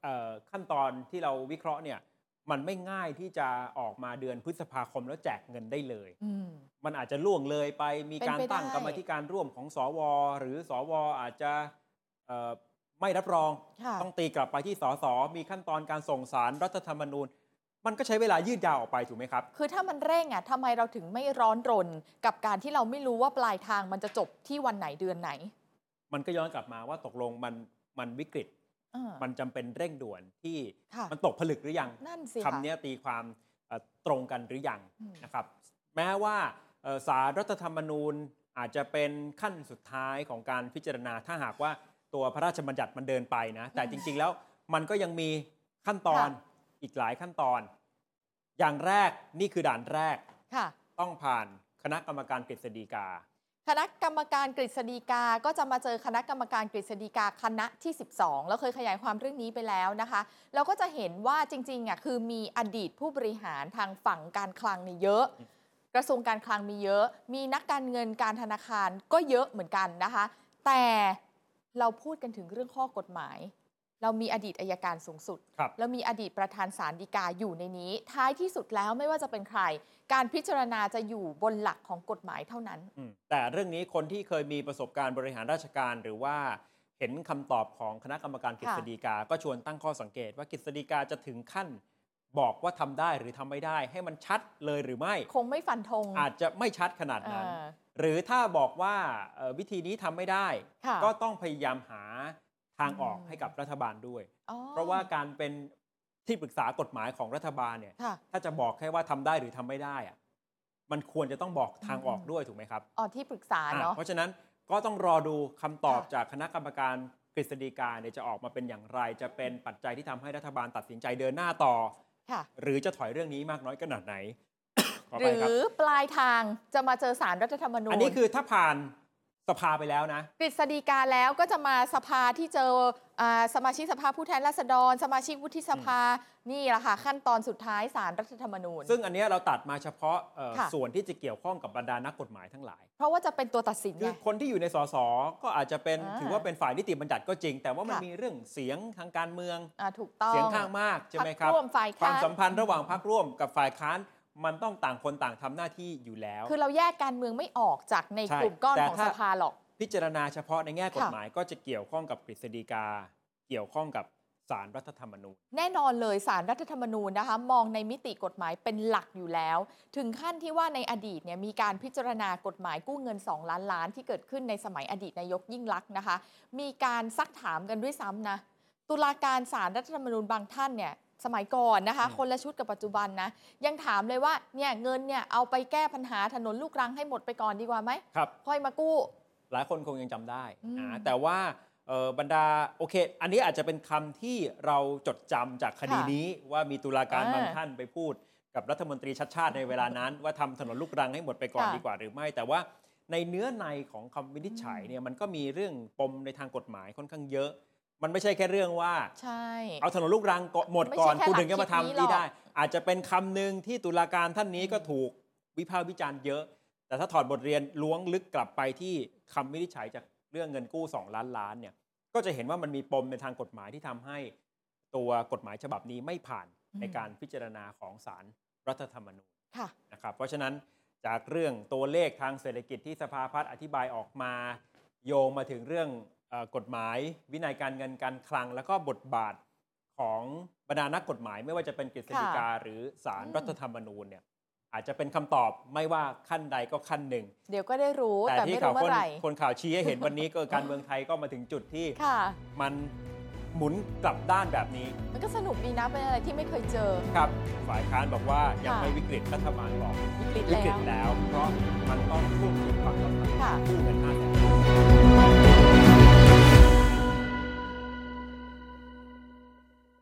C: เอ่อขั้นตอนที่เราวิเคราะห์เนี่ยมันไม่ง่ายที่จะออกมาเดือนพฤษภาคมแล้วแจกเงินได้เลย
B: อืม
C: มันอาจจะล่วงเลยไปมีการ
B: เป็นไปได้
C: ตั้งกรรมาธิการร่วมของสว หรือสวอาจจะเอ่อไม่รับรอง
B: ค่ะ
C: ต้องตีกลับไปที่สสมีขั้นตอนการส่งสารรัฐธรรมนูญ มันก็ใช้เวลายืดยาวออกไปถูกไหมครับ
B: คือถ้ามันเร่งอ่ะทำไมเราถึงไม่ร้อนรน กับการที่เราไม่รู้ว่าปลายทางมันจะจบที่วันไหนเดือนไหน
C: มันก็ย้อนกลับมาว่าตกลงมันมันวิกฤต
B: อ่า
C: มันจำเป็นเร่งด่วนที่
B: ค่ะ
C: มันตกผลึกหรือยัง
B: นั่นสิค่ะ
C: คำเนี้ยตีความเอ่อตรงกันหรือยัง
B: อืม
C: นะครับ แม้ว่าเอ่อสารรัฐธรรมนูญอาจจะเป็นขั้นสุดท้ายของการพิจารณา ถ้าหากว่าตัวพระราชบัญญัติมันเดินไปนะ แต่จริง ๆ แล้วมันก็ยังมีขั้นตอนอีกหลายขั้นตอน อย่างแรกนี่คือด่านแรก
B: ค่ะ
C: ต้องผ่านคณะกรรมการกฤษฎีกา
B: คณะกรรมการกฤษฎีกา ก็จะมาเจอคณะกรรมการกฤษฎีกาคณะที่ 12 แล้วเคยขยายความเรื่องนี้ไปแล้วนะคะ เราก็จะเห็นว่าจริงๆอ่ะคือมีอดีตผู้บริหารทางฝั่งการคลังนี่เยอะ กระทรวงการคลังมีเยอะ มีนักการเงินการธนาคารก็เยอะเหมือนกันนะคะ แต่เราพูดกันถึงเรื่องข้อกฎหมาย เรามีอดีตอายการสูงสุด
C: ครับ
B: แล้วมีอดีตประธานศาลฎีกาอยู่ในนี้ ท้ายที่สุดแล้วไม่ว่าจะเป็นใคร การพิจารณาจะอยู่บนหลักของกฎหมายเท่านั้น
C: อืมแต่เรื่องนี้คนที่เคยมีประสบการณ์บริหารราชการ หรือว่าเห็นคำตอบของคณะกรรมการกฤษฎีกา ก็ชวนตั้งข้อสังเกตว่ากฤษฎีกาจะถึงขั้นบอกว่าทำได้หรือทำไม่ได้ ให้มันชัดเลยหรือไม่
B: คงไม่ฟันธง
C: อาจจะไม่ชัดขนาดนั้น
B: อ่า
C: หรือถ้าบอกว่าเอ่อวิธีนี้ทำไม่ได้
B: ค่ะ
C: ก็ต้องพยายามหาทางออก
B: อืม
C: ให้กับรัฐบาลด้วย
B: อ๋อ
C: เพราะว่าการเป็นที่ปรึกษากฎหมายของรัฐบาลเนี่ย
B: ค่ะ
C: ถ้าจะบอกแค่ว่าทำได้หรือทำไม่ได้อะมันควรจะต้องบอกทางออกด้วยถูกไหมครับ
B: อ๋อที่ปรึกษา
C: อ่ะ
B: เนาะ
C: เพราะฉะนั้นก็ต้องรอดูคำตอบ
B: ค่ะ
C: จากคณะกรรมการกฤษฎีกาเนี่ยจะออกมาเป็นอย่างไร จะเป็นปัจจัยที่ทำให้รัฐบาลตัดสินใจเดินหน้าต่อ
B: ค่ะ
C: หรือจะถอยเรื่องนี้มากน้อยขนาดไหน ขอ
B: ห
C: ไป
B: รื
C: ครับ
B: อปลายทางจะมาเจอสารรัฐธรรมนูญ
C: อันนี้คือถ้าผ่านสภาไปแล้วนะ
B: กฤษฎีกาแล้วก็จะมาสภาที่เจอ อ่าสมาชิกสภาผู้แทนราษฎร สมาชิกวุฒิสภานี่แหละค่ะขั้นตอนสุดท้ายสารรัฐธรรมนูญ
C: ซึ่งอันเนี้ยเราตัดมาเฉพาะเอ่อ
B: ค่ะ
C: ส่วนที่จะเกี่ยวข้องกับบรรดานักกฎหมายทั้งหลาย
B: เพราะว่าจะเป็นตัวตัดสิน
C: คื
B: ไง
C: อคนที่อยู่ในสสก็อาจจะเป็น
B: อ่า
C: ถือว่าเป็นฝ่ายนิติบัญญัติก็จริง แต่ว่ามัน
B: ค่ะ
C: มีเรื่องเสียงทางการเมือง
B: อ่าถูกต้อง
C: เสียงข้างมากใช่ไหมครั
B: พ
C: บ
B: คร่วมฝ่าย
C: ความ
B: ค้าน
C: สัมพันธ์ระหว่างพรรคร่วมกับฝ่ายค้านมันต้องต่างคนต่างทำหน้าที่อยู่แล้ว
B: คือเราแยกการเมืองไม่ออกจากใน
C: ใช่
B: กลุ่มก้อน
C: แต่
B: ของ
C: ถ้า
B: สภาหรอก
C: พิจารณาเฉพาะในแง่กฎ
B: ค่ะ
C: หมายก็จะเกี่ยวข้องกับกฤษฎีกา เกี่ยวข้องกับสารรัฐธรรมนูญ
B: แน่นอนเลยสารรัฐธรรมนูญนะคะ มองในมิติกฎหมายเป็นหลักอยู่แล้ว ถึงขั้นที่ว่าในอดีตเนี่ยมีการพิจารณากฎหมายกู้เงิน 2 ล้านล้านที่เกิดขึ้นในสมัยอดีตนายกยิ่งลักษณ์นะคะ มีการซักถามกันด้วยซ้ำนะ ตุลาการสารรัฐธรรมนูญบางท่านเนี่ยสมัยก่อนนะคะ
C: อืม
B: คนละชุดกับปัจจุบันนะ ยังถามเลยว่าเนี่ยเงินเนี่ยเอาไปแก้ปัญหาถนนลูกรังให้หมดไปก่อนดีกว่าไหม
C: ครับ
B: ค่อยมากู้
C: หลายคนคงยังจำได้
B: อืม
C: นะแต่ว่าเอ่อบรรดาโอเค อันนี้อาจจะเป็นคำที่เราจดจำจากคดี
B: ค่ะ
C: นี้ว่ามีตุลาการ
B: อ่า
C: บางท่านไปพูดกับรัฐมนตรีชัดชาติในเวลา นั้น ว่าทำถนนลูกรังให้หมดไปก่อน
B: ค่ะ
C: ดีกว่าหรือไม่ แต่ว่าในเนื้อในของคำวินิจฉัย
B: อืม
C: เนี่ยมันก็มีเรื่องปมในทางกฎหมายค่อนข้างเยอะ มันไม่ใช่แค่เรื่องว่า
B: ใช่
C: เอาถนนลูกรังก่อนหมด
B: ไม่
C: ก่อน
B: ใช่แค่
C: คุณถึงจะมาทำ
B: หลักคิดนี้หร
C: นี่
B: อก
C: ได้ อาจจะเป็นคำหนึ่งที่ตุลาการท่านนี้
B: อืม
C: ก็ถูกวิพากษ์วิจารณ์เยอะ แต่ถ้าถอดบทเรียนล้วงลึกกลับไปที่คำวินิจฉัยจากเรื่องเงินกู้ 2 ล้านล้านเนี่ยก็จะเห็นว่ามันมีปมในทางกฎหมายที่ทำให้ ตัวกฎหมายฉบับนี้ไม่ผ่านในการพิจารณาของศาลรรัฐธรรมนูญ
B: ค่ะ
C: นะครับเพราะฉะนั้นจากเรื่องตัวเลขทางเศรษฐกิจที่สภาพัฒน์อธิบายออกมา โยงมาถึงเรื่องเออกฎหมาย วินัยการเงินการคลัง แล้วก็บทบาทของบรรดานักกฎหมาย ไม่ว่าจะเป็นกฤษฎีกาหรือสาร
B: อืม
C: รัฐธรรมนูญเนี่ยอาจจะเป็นคำตอบไม่ว่าขั้นใดก็ขั้นหนึ่ง
B: เดี๋ยวก็ได้รู้
C: แต่
B: แต่
C: ที่
B: ไม่
C: ข่าว
B: รู้
C: ค
B: เมื่
C: น
B: อไหร่
C: คนข่าวชี้ให้เห็นวัน นี้ก็การเมืองไทยก็มาถึงจุดที่
B: ค่ะ
C: มันหมุนกลับด้านแบบนี้
B: มันก็สนุกดีนะเป็นอะไรที่ไม่เคยเจอ
C: ครับฝ่ายค้านบอกว่ายัง
B: ค่ะ
C: ไม่วิกฤตรัฐบาลบอก
B: วิกฤ
C: วิ
B: ตแล้
C: กฤต
B: ว
C: แล้วเพราะมันต้องควบคุมความต้องการ
B: ค่ะ
C: ผู้เงินห้าแสน